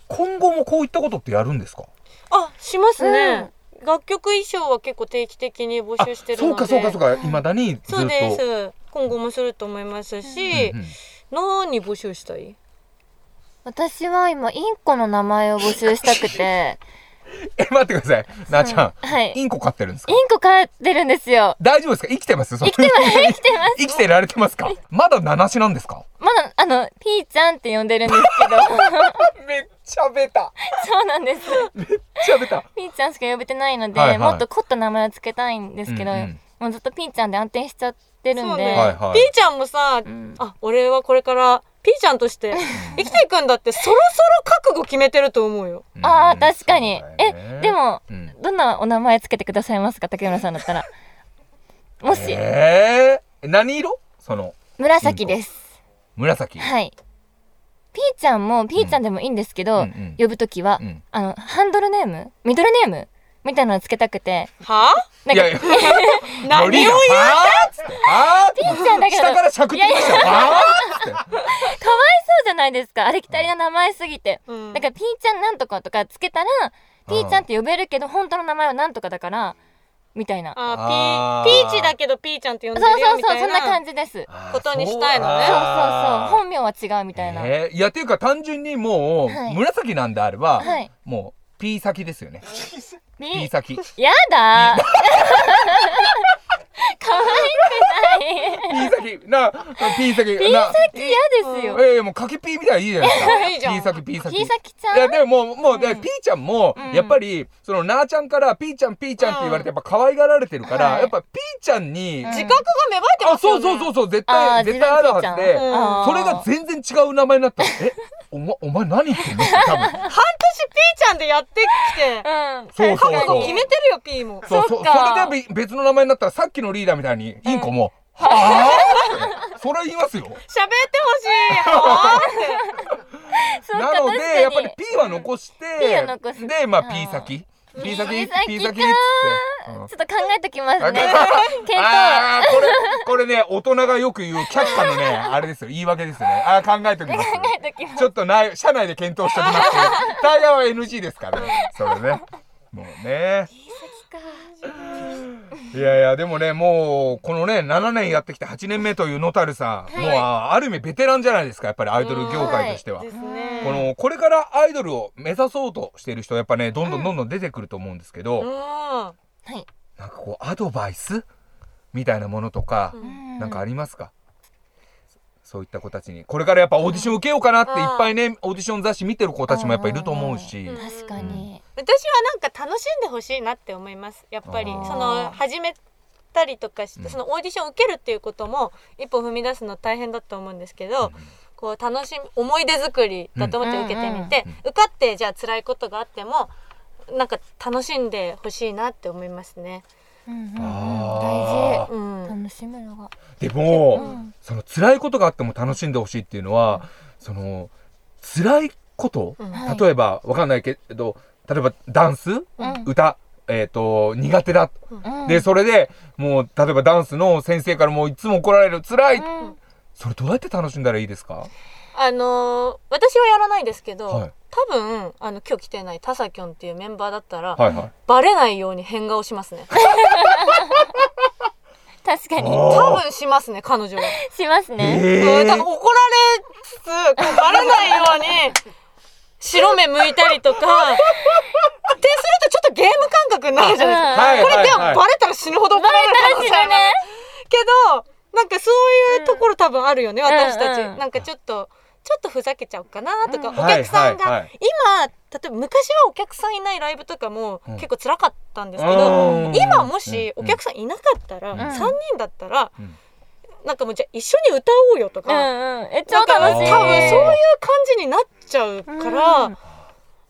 Speaker 1: 今後もこういったことってやるんですか
Speaker 2: あ、しますね。楽曲衣装は結構定期的に募集してる
Speaker 1: そ
Speaker 2: の
Speaker 1: う
Speaker 2: で。
Speaker 1: かそうかそううかいまだにずっと
Speaker 2: そうです。今後もすると思いますし、
Speaker 1: うんうん
Speaker 2: 何募集したい
Speaker 3: 私は今インコの名前を募集したくて
Speaker 1: え待ってくださいなあちゃ
Speaker 3: は
Speaker 1: んイ
Speaker 3: い
Speaker 1: ンコ飼ってるんです
Speaker 3: イ
Speaker 1: か
Speaker 3: ンコ飼ってるんです よ
Speaker 1: 大丈夫ですか生きてます生
Speaker 3: 生きてます生きてます
Speaker 1: 生きてられてますかまだ七種なんですか
Speaker 3: まだあのピーちゃんって呼んでるんですけ ど
Speaker 1: めっちゃベタ
Speaker 3: そうなんです
Speaker 1: めっちゃベタ
Speaker 3: ピーちゃんしか呼べてないので、
Speaker 1: はいはい
Speaker 3: もっと凝った名前をつけたいんですけど、
Speaker 1: うんうん
Speaker 3: もうずっとピーちゃんで安定しちゃってるんで、
Speaker 2: そうね
Speaker 1: はいはい
Speaker 2: ピーちゃんもさ、
Speaker 3: うん
Speaker 2: あ、俺はこれからピーちゃんとして生きていくんだってそろそろ覚悟決めてると思うよ。
Speaker 3: あー
Speaker 1: うん
Speaker 3: 確かに、
Speaker 1: そうだよね
Speaker 3: えでも
Speaker 1: うん
Speaker 3: どんなお名前つけてくださいますか竹村さんだっ たらもし、
Speaker 1: えー何色その
Speaker 3: 紫です
Speaker 1: 紫
Speaker 3: はいピーちゃんもピーちゃんでもいいんですけ
Speaker 1: う
Speaker 3: ど、
Speaker 1: んうん
Speaker 3: 呼ぶときは、
Speaker 1: うん
Speaker 3: あのハンドルネームミドルネームみたいなのつけたくて
Speaker 2: は
Speaker 3: なん
Speaker 1: い
Speaker 3: か
Speaker 1: やいや
Speaker 2: ぁ何を言う
Speaker 1: はーっ つってはーっつ
Speaker 3: ピ
Speaker 1: っ
Speaker 3: ーちゃんだ
Speaker 1: て
Speaker 3: けど
Speaker 1: 下からしゃくってきましたよはーっつって
Speaker 3: かわいそうじゃないですかありきたりな名前すぎて、
Speaker 2: うん
Speaker 3: だからピーちゃんなんとかとかつけたらピーちゃんって呼べるけど本当の名前はなんとかだからみたいな
Speaker 2: あ
Speaker 1: あー
Speaker 2: ピーピーチだけどピーちゃんって呼ん
Speaker 3: そ
Speaker 2: で
Speaker 3: う
Speaker 2: るよ
Speaker 3: そう
Speaker 2: み
Speaker 3: そ
Speaker 2: た
Speaker 3: う
Speaker 2: い
Speaker 3: そん
Speaker 2: な
Speaker 3: な感じですそうそう
Speaker 2: ことにしたいのね
Speaker 3: そう
Speaker 1: あー
Speaker 3: 本名は違うみたいな、
Speaker 1: えーいやっていうか単純にも
Speaker 3: は
Speaker 1: う
Speaker 3: い
Speaker 1: 紫なんであれば、
Speaker 3: はい
Speaker 1: もう P 先ですよね
Speaker 3: ピ
Speaker 1: P
Speaker 3: ー
Speaker 1: 先
Speaker 3: やだー可愛くない
Speaker 1: P 先な P 先
Speaker 3: P
Speaker 1: な
Speaker 3: 先嫌ですよ
Speaker 1: ええもうかけ P みたいないいじゃないですか
Speaker 2: いいじゃん
Speaker 1: P 先 P 先
Speaker 3: ピーさきちゃ
Speaker 1: いや
Speaker 3: ん
Speaker 1: でももうもうで、ピーちゃんも
Speaker 3: うん
Speaker 1: やっぱり、そのなあちゃんからピーちゃんピーちゃんって言われて
Speaker 2: う
Speaker 1: やっぱ可愛がられてるから、
Speaker 3: はい
Speaker 1: やっぱピーちゃんに、
Speaker 3: うん
Speaker 2: 自覚が芽生えてま
Speaker 1: あ
Speaker 2: す
Speaker 1: そ
Speaker 2: よね。
Speaker 1: うそうそう
Speaker 2: う。
Speaker 1: そう絶
Speaker 3: あ
Speaker 1: 対
Speaker 3: ー自
Speaker 1: 絶対ある
Speaker 3: 分
Speaker 1: は
Speaker 3: ピーちゃ
Speaker 1: ず
Speaker 3: ん
Speaker 1: で、
Speaker 2: うん
Speaker 3: あー
Speaker 1: それが全然違う名前になったらえお前お前何言っ てんのって多分
Speaker 2: 半年ピーちゃんでやってきて、
Speaker 3: うん
Speaker 1: そうそうそう
Speaker 3: 確
Speaker 2: 覚
Speaker 3: か
Speaker 2: 悟
Speaker 3: に
Speaker 2: 決めてるよピーも。
Speaker 1: そうそ
Speaker 3: そっ
Speaker 1: う
Speaker 3: か
Speaker 1: それでべ別の名前になったらさっきのリーダーみたいにインコも「はあ?」それは言いますよ。
Speaker 2: 喋ってほしいよ。
Speaker 3: そうか
Speaker 1: なの
Speaker 3: 確か
Speaker 1: で
Speaker 3: に
Speaker 1: やっぱり P は残して
Speaker 3: P を残す
Speaker 1: でまあ
Speaker 3: あー
Speaker 1: P 先 P 先
Speaker 3: P 先
Speaker 1: P 先っつって
Speaker 3: か。
Speaker 1: うん
Speaker 3: ちょっと考えときますね検討
Speaker 1: ああーこれこれね 大人がよく言う却下のねあれですよ言い訳ですよねああ考えときます
Speaker 3: 考えときます
Speaker 1: ちょっとない社内で検討しておきますけど大概は NG ですからねそれねもうねいやいやでもねもうこのね7年やってきて8年目という野たるさん、もうあある意味ベテランじゃないですかやっぱりアイドル業界としては、
Speaker 2: ですね。
Speaker 1: このこれからアイドルを目指そうとしている人やっぱねどんどんどんどん出てくると思うんですけど、
Speaker 2: うん。
Speaker 3: はい
Speaker 1: なんかこうアドバイスみたいなものとか、
Speaker 3: うん
Speaker 1: なんかありますか、そういった子たちにこれからやっぱオーディション受けようかなっていっぱいねオーディション雑誌見てる子たちもやっぱいると思うし、
Speaker 2: うん
Speaker 3: 確かに
Speaker 2: 私はなんか楽しんでほしいなって思いますやっぱり
Speaker 1: あー
Speaker 2: その始めたりとかし
Speaker 1: うん
Speaker 2: てそのオーディション受けるっていうことも一歩踏み出すの大変だと思うんですけど、こう楽しみ思い出作りだと思って受けてみて、
Speaker 1: うんうん
Speaker 2: 受かってじゃあ辛いことがあってもなんか楽しんでほしいなって思いますね。
Speaker 3: うんうんうん
Speaker 1: あ
Speaker 3: 大
Speaker 2: うん
Speaker 3: 事楽しむのが
Speaker 1: でも、
Speaker 3: うん
Speaker 1: その辛いことがあっても楽しんでほしいっていうのはその辛いこと、
Speaker 2: うん
Speaker 3: はい
Speaker 1: 例えばわかんないけど例えばダンス、
Speaker 3: う
Speaker 1: 歌えっ、と苦手だ、
Speaker 3: ん
Speaker 1: でそれでもう例えばダンスの先生からもういつも怒られる辛い、
Speaker 3: うん
Speaker 1: それどうやって楽しんだらいいですか
Speaker 2: あのー私はやらないですけど、
Speaker 1: はい
Speaker 2: 多分あの今日来てないタサキョンっていうメンバーだったら、
Speaker 1: はいはい
Speaker 2: バレないように変顔しますね。
Speaker 3: 確かに
Speaker 1: あー
Speaker 2: 多分しますね彼女は。
Speaker 3: しますね
Speaker 2: うん
Speaker 1: え
Speaker 2: だから
Speaker 1: ー、
Speaker 2: 怒られつつこうバレないように白目向いたり とかってするとちょっとゲーム感覚になるじゃない
Speaker 1: は
Speaker 2: ですか。
Speaker 1: い
Speaker 2: これでも
Speaker 1: はいはい
Speaker 2: バレたら死ぬほど怒られる可能性もあ
Speaker 3: バレたら死ぬ
Speaker 2: る
Speaker 3: ね
Speaker 2: けどなんかそういうところ多分あるよね、私たち、
Speaker 3: うんうん
Speaker 2: なんかちょっとちょっとふざけちゃおうかなとか、
Speaker 1: ん
Speaker 2: お客さんが、
Speaker 1: はいはいはい
Speaker 2: 今例えば昔はお客さんいないライブとかも
Speaker 1: うん
Speaker 2: 結構辛かったんですけ
Speaker 1: う
Speaker 2: ど、
Speaker 1: ん
Speaker 2: 今もしお客さんいなかったら、
Speaker 1: うん
Speaker 2: 3人だったら、
Speaker 1: うん
Speaker 2: なんかもうじゃあ一緒に歌おうよと
Speaker 3: うん
Speaker 2: か、
Speaker 3: うんえ
Speaker 2: な
Speaker 3: 超
Speaker 2: んか
Speaker 3: 楽しい
Speaker 2: 多分そういう感じになっちゃうから、
Speaker 3: うん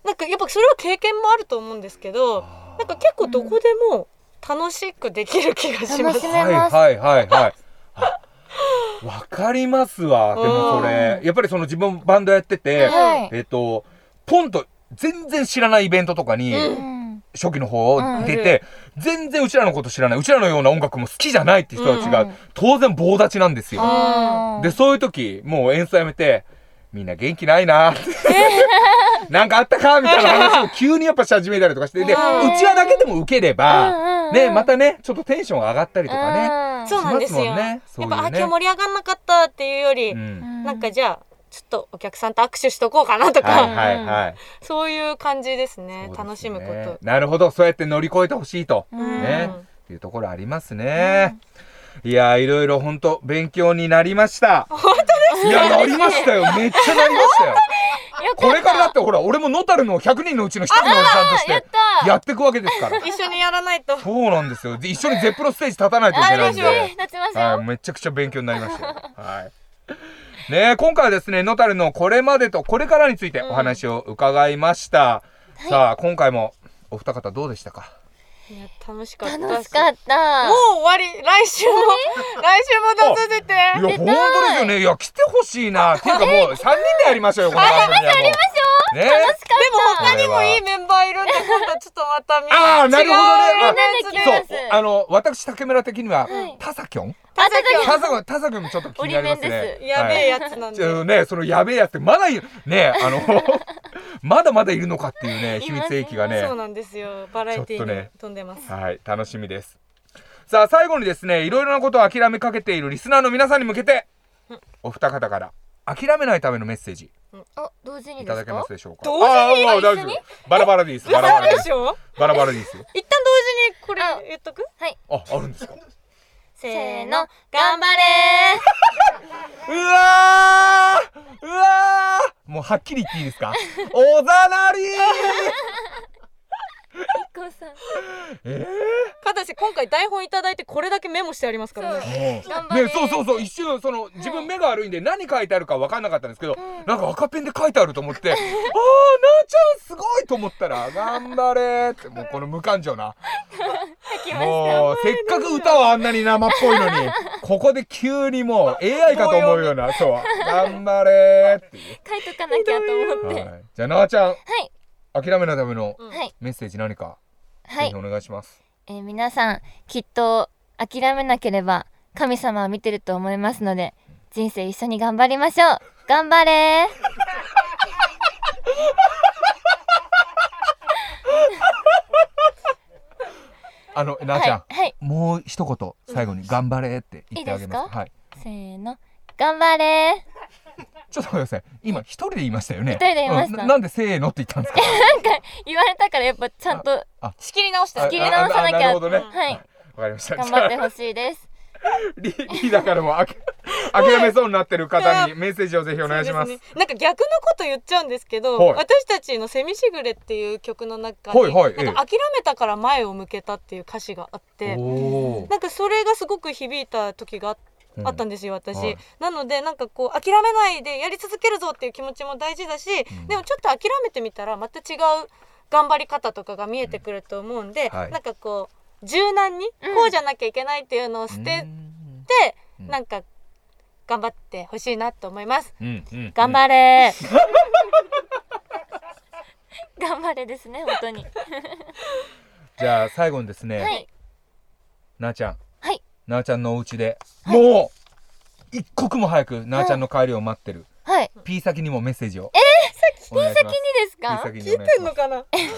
Speaker 2: なんかやっぱそれは経験もあると思うんですけどなんか結構どこでも楽しくできる気がしま
Speaker 3: 楽
Speaker 2: す
Speaker 3: し。め
Speaker 1: はい
Speaker 3: ます
Speaker 1: はいはいはいあわかりますわでもそれやっぱりその自分もバンドやってて、
Speaker 3: はい
Speaker 1: えっ、とポンと全然知らないイベントとかに、
Speaker 2: うん
Speaker 3: うん
Speaker 1: 初期の方出て、全然うちらのこと知らないうちらのような音楽も好きじゃないって人たちが、
Speaker 3: うん
Speaker 1: 当然棒立ちなんですよ、
Speaker 2: う
Speaker 1: でそういう時もう演奏やめて「みんな元気ない ななんかあったかみたいな話を急にやっぱし始めたりとかしてでう
Speaker 2: うん
Speaker 1: ちわだけでも受けれ
Speaker 3: うん
Speaker 1: ば
Speaker 3: うんうん
Speaker 1: ねまたねちょっとテンション上がったりとかね
Speaker 3: ね
Speaker 2: そうなんですよ
Speaker 1: しますもんねそうい
Speaker 2: や
Speaker 1: うね
Speaker 2: っぱ、あ今日盛り上がんなかったっていうより、
Speaker 1: うん
Speaker 2: なんかじゃあちょっとお客さんと握手しとこうかなとか、
Speaker 1: はいはいはい
Speaker 2: そういう感じですね
Speaker 1: そうですね
Speaker 2: 楽しむこと。
Speaker 1: なるほどそうやって乗り越えてほしいと
Speaker 2: うん
Speaker 1: ねいうところありますね、いやーいろいろ本当勉強になりました本当ですいやなりましたよめっちゃなりましたよこれからだってほら俺もノタルの100人のうちの1人のおじさんとし
Speaker 3: やってた
Speaker 1: やっていくわけですから
Speaker 2: 一緒にやらないと。
Speaker 1: そうなんですよで一緒にゼップのステージ立たないといけないんで
Speaker 3: あ嬉しい立ちますよ
Speaker 1: はい、めちゃくちゃ勉強になりましたよ。はい。ねえ今回はですね、ノタルのこれまでとこれからについてお話を伺いました。さあ、今回もお二方どうでしたか
Speaker 2: いや楽しかった
Speaker 3: 楽しかった
Speaker 2: もう終わり来週も来週も出続いて
Speaker 1: いや、本当ですよね。いや、来てほしいな。っていうかもう3人でやりましょうよ、この番組はもう。やりましょう。ね
Speaker 3: 楽しか
Speaker 2: でも
Speaker 3: っ
Speaker 2: 他にもいいメンバーいるんで今度ちょっとまたみん
Speaker 1: あーなるほどね
Speaker 2: 違う
Speaker 3: あ
Speaker 2: や
Speaker 1: そう
Speaker 3: みんなで
Speaker 2: つ
Speaker 3: 来ます、
Speaker 1: あの、私、竹村的には
Speaker 3: はい、
Speaker 1: タサキョン
Speaker 2: 田
Speaker 3: あ田崎
Speaker 2: 崎
Speaker 1: タサキョン、タサキョンもちょっと気になります
Speaker 3: 折り面
Speaker 1: ね
Speaker 3: で。
Speaker 2: やべ
Speaker 1: はい
Speaker 2: えやつなん
Speaker 1: ち
Speaker 2: で、
Speaker 1: ょっとね、そのやべえやつってまだいるねあのまだまだいるのかっていうね秘密兵器がね
Speaker 2: そうなんですよバラエティ
Speaker 1: ちょっと
Speaker 2: ーに
Speaker 1: ね
Speaker 2: 飛んでます、
Speaker 1: はい楽しみですさあ最後にですねいろいろなことを諦めかけているリスナーの皆さんに向けてお二方から諦めないためのメッセージ
Speaker 3: お同時に
Speaker 1: い
Speaker 3: で
Speaker 1: た
Speaker 3: す
Speaker 1: だけま
Speaker 3: か
Speaker 1: すでしょうか
Speaker 2: 同時に
Speaker 1: あーあー
Speaker 3: 一緒
Speaker 1: 大
Speaker 3: に
Speaker 1: 丈夫バラバラでいいですバラバラでいいで
Speaker 2: 嘘ですしょ
Speaker 1: バラバラでいいですよ
Speaker 2: 一旦同時にこれ言っとく
Speaker 1: ああるんですか
Speaker 3: せーの頑張れ ー
Speaker 1: うわーうわーもうはっきり言っていいですかおざなり
Speaker 3: こうさん
Speaker 1: え
Speaker 2: かたし今回台本いただいてこれだけメモしてありますか
Speaker 1: ー
Speaker 2: ら
Speaker 3: そ
Speaker 2: ね
Speaker 1: もう
Speaker 3: 頑張れ
Speaker 1: ね、そうそうそう一瞬その自分目が悪いんで何書いてあるか分かんなかったんですけど、
Speaker 3: ん
Speaker 1: なんか赤ペンで書いてあると思って あーなーちゃんすごいと思ったら頑張れーってもうこの無感情な
Speaker 3: 来ました
Speaker 1: もうせっかく歌はあんなに生っぽいの にここで急にもう AI かと思うようなそう頑張れーっていう、
Speaker 3: 書いとかなきゃと思って
Speaker 1: はい、じゃあなーちゃん
Speaker 3: はい
Speaker 1: 諦めないための
Speaker 2: うん
Speaker 3: はい
Speaker 1: メッセージ何か
Speaker 3: は
Speaker 1: ぜ
Speaker 3: い
Speaker 1: ひお願いします、
Speaker 3: えー皆さんきっと諦めなければ神様は見てると思いますので人生一緒に頑張りましょう頑張れー
Speaker 1: あのなーちゃん、
Speaker 3: はい、はい、
Speaker 1: もう一言最後に頑張れーって言ってあげます
Speaker 3: いいですか
Speaker 1: はい
Speaker 3: せーの頑張れー
Speaker 1: ちょっと待ってください。今一人で言いましたよね。
Speaker 3: 一人で言いました
Speaker 1: うんななんでせーのって言ったんですか。
Speaker 3: 言われたからやっぱちゃんと
Speaker 2: 仕切り直して
Speaker 1: あ
Speaker 3: 仕切り直さなき
Speaker 1: ああなる
Speaker 3: ゃ
Speaker 1: ほどね
Speaker 3: はい
Speaker 1: わかりました。
Speaker 3: 頑張っ
Speaker 1: じ
Speaker 3: て
Speaker 1: ゃ
Speaker 3: ほしいです
Speaker 1: あリリーダーからもあけ諦めそうになってる方にメッセージをぜひお願いします。
Speaker 2: そうでねなんか逆のこと言っちゃうんですけど、
Speaker 1: はい
Speaker 2: 私たちの「セミシグレ」っていう曲の中に、
Speaker 1: はいはいええ
Speaker 2: なんか諦めたから前を向けたっていう歌詞があって
Speaker 1: おー
Speaker 2: なんかそれがすごく響いた時がああったんですよ私、
Speaker 1: はい
Speaker 2: なのでなんかこう諦めないでやり続けるぞっていう気持ちも大事だし、
Speaker 1: ん
Speaker 2: でもちょっと諦めてみたらまた違う頑張り方とかが見えてくると思うんで、
Speaker 1: うんはい
Speaker 2: なんかこう柔軟に
Speaker 3: うん
Speaker 2: こうじゃなきゃいけないっていうのを捨てて、
Speaker 1: うん
Speaker 2: なんか頑張ってほしいなと思います。
Speaker 1: うんうんうん
Speaker 3: 頑 張れー頑張れですね本当に
Speaker 1: じゃあ最後にですね、
Speaker 3: はい
Speaker 1: なあちゃん、
Speaker 3: はい
Speaker 1: なあちゃんのお家で、
Speaker 3: はい
Speaker 1: もう一刻も早くなあちゃんの帰りを待ってる、
Speaker 3: はい
Speaker 1: ピー先にもメッセージを。えー、先
Speaker 3: 先にですか
Speaker 1: ピー先
Speaker 2: 聞
Speaker 1: に
Speaker 2: い
Speaker 1: お願い
Speaker 2: て
Speaker 1: し
Speaker 2: ん
Speaker 1: ま
Speaker 2: の
Speaker 1: す。
Speaker 2: かな 聞かせよ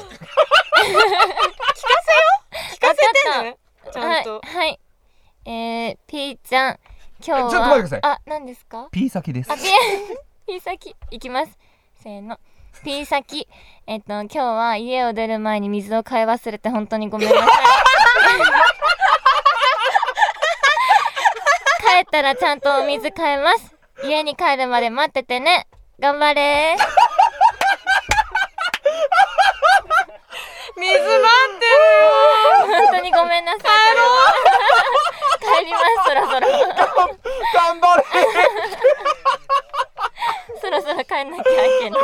Speaker 2: 聞
Speaker 3: わかっ
Speaker 2: かせ
Speaker 3: た
Speaker 2: てねちゃん
Speaker 3: は
Speaker 2: と、
Speaker 3: い、はい、えー、ピーちゃん今日は
Speaker 1: ちょっと待ってください
Speaker 3: あ何ですか
Speaker 1: ピー先です
Speaker 3: あ。ピーピー先行きますせーのピー先えっと今日は家を出る前に水を買い忘れて本当にごめんなさい帰ったらちゃんとお水買えます家に帰るまで待っててね頑張れー
Speaker 2: 水待って
Speaker 3: 本当にごめんなさい帰ろう帰りますそろそろ
Speaker 1: 頑張れー。
Speaker 3: そろそろ帰んなきゃいけない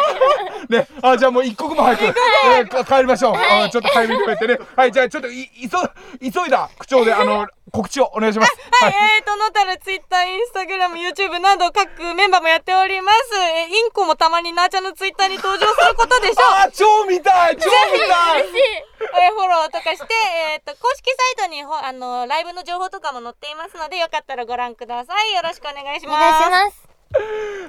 Speaker 1: ね、あ、じゃあもう一刻も早く、えーか帰りましょう。あちょっと早めに帰ってね。はい、じゃあちょっとい、急、急いだ口調で、あの、告知をお願いします。
Speaker 2: はい、えーと、ノタル、ツイッター、インスタグラム、YouTube など各メンバーもやっております。えーインコもたまになーちゃんのツイッターに登場することで しょう。
Speaker 1: あー、超見たい超見たい
Speaker 2: えーフォローとかして、えーと、公式サイトにほ、あのーライブの情報とかも載っていますので、よかったらご覧ください。よろしくお願いし
Speaker 3: お
Speaker 2: ます。
Speaker 3: 願いします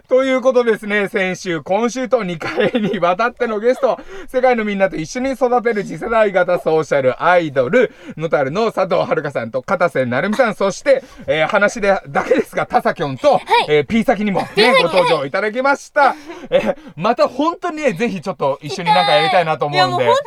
Speaker 1: ということですね、先週、今週と2回にわたってのゲスト、世界のみんなと一緒に育てる次世代型ソーシャルアイドル、ノタルの佐藤遥さんと片瀬成美さん、そして、えー話でだけですが、タサキョンと、えー、P 先にも、ね、ご登場いただきました。えーまた本当にね、ぜひちょっと一緒になんかやりたいなと思
Speaker 2: いや
Speaker 1: う
Speaker 2: も
Speaker 1: ん
Speaker 2: う
Speaker 1: で。
Speaker 2: 本当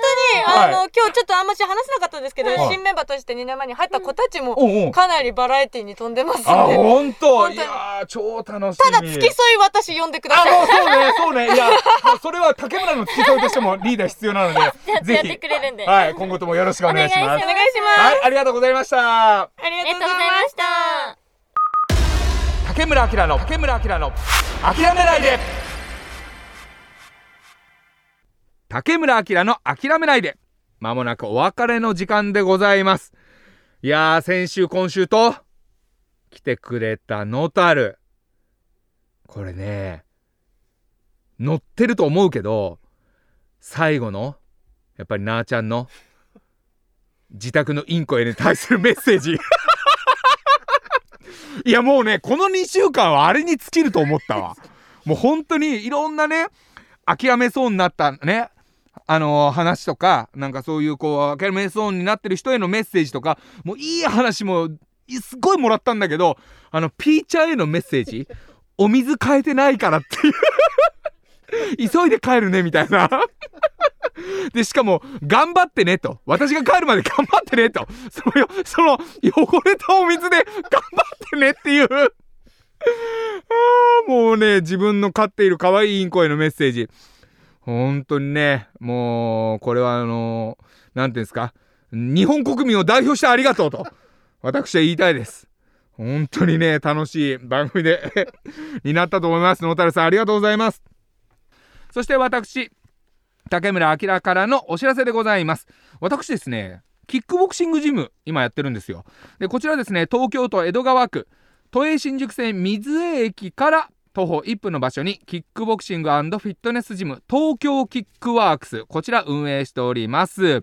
Speaker 2: に、
Speaker 1: はい
Speaker 2: あの今日ちょっとあんまし話せなかったんですけど、
Speaker 1: はい
Speaker 2: 新メンバーとして2年前に入った子たち
Speaker 1: おうおう
Speaker 2: もかなりバラエティーに飛んでますんで、
Speaker 1: あ、本当
Speaker 2: 本当に
Speaker 1: いやー、超楽しみ。
Speaker 2: ただ付き添い私呼んでくだ
Speaker 1: あ、
Speaker 2: さい。
Speaker 1: もうそうね、そうね。いや、もうそれは竹村の付き添いとしてもリーダー必要なので、
Speaker 3: や
Speaker 1: ぜ
Speaker 3: って
Speaker 1: ひ
Speaker 3: く、れるんで。あ
Speaker 1: はい、今後ともよろしくお願いし
Speaker 3: お願
Speaker 1: ま
Speaker 3: い
Speaker 1: す
Speaker 2: お
Speaker 3: し。
Speaker 2: 願いします、
Speaker 1: はい、ありがとうございました。
Speaker 2: あり
Speaker 3: りがと
Speaker 2: がと
Speaker 3: う
Speaker 2: う
Speaker 3: ご
Speaker 2: ご
Speaker 3: ざ
Speaker 2: ざ
Speaker 3: い
Speaker 2: い
Speaker 3: ま
Speaker 2: ま
Speaker 3: し
Speaker 2: した。
Speaker 3: た。
Speaker 1: 竹村明の、竹村明の、諦めないで竹村明の諦めないでまもなくお別れの時間でございます。いやー、先週、今週と、来てくれたノタル。これね、乗ってると思うけど、最後の、やっぱりなーちゃんの、自宅のインコへに対するメッセージ。いやもうねこの2週間はあれに尽きると思ったわもう本当にいろんなね諦めそうになったねあの話とかなんかそういうこう諦めそうになってる人へのメッセージとかもういい話もすごいもらったんだけどあのピーチャーへのメッセージお水変えてないからっていう 急いで帰るねみたいなでしかも「頑張ってね」と「私が帰るまで頑張ってね」とそのよその汚れたお水で頑張ってねっていうあーもうね自分の飼っている可愛いインコへのメッセージ本当にねもうこれはあの何ていうんですか日本国民を代表してありがとうと私は言いたいです本当にね楽しい番組で になったと思います野垂さんありがとうございますそして私竹村明からのお知らせでございます私ですねキックボクシングジム今やってるんですよでこちらですね東京都江戸川区都営新宿線水江駅から徒歩1分の場所にキックボクシングフィットネスジム東京キックワークスこちら運営しております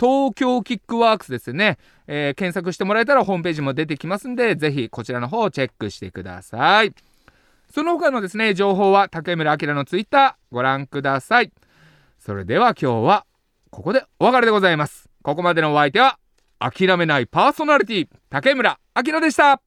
Speaker 1: 東京キックワークスですね、えー検索してもらえたらホームページも出てきますんでぜひこちらの方をチェックしてくださいその他のですね情報は竹村明のツイッターご覧くださいそれでは今日はここでお別れでございますここまでのお相手は諦めないパーソナリティ竹村明でした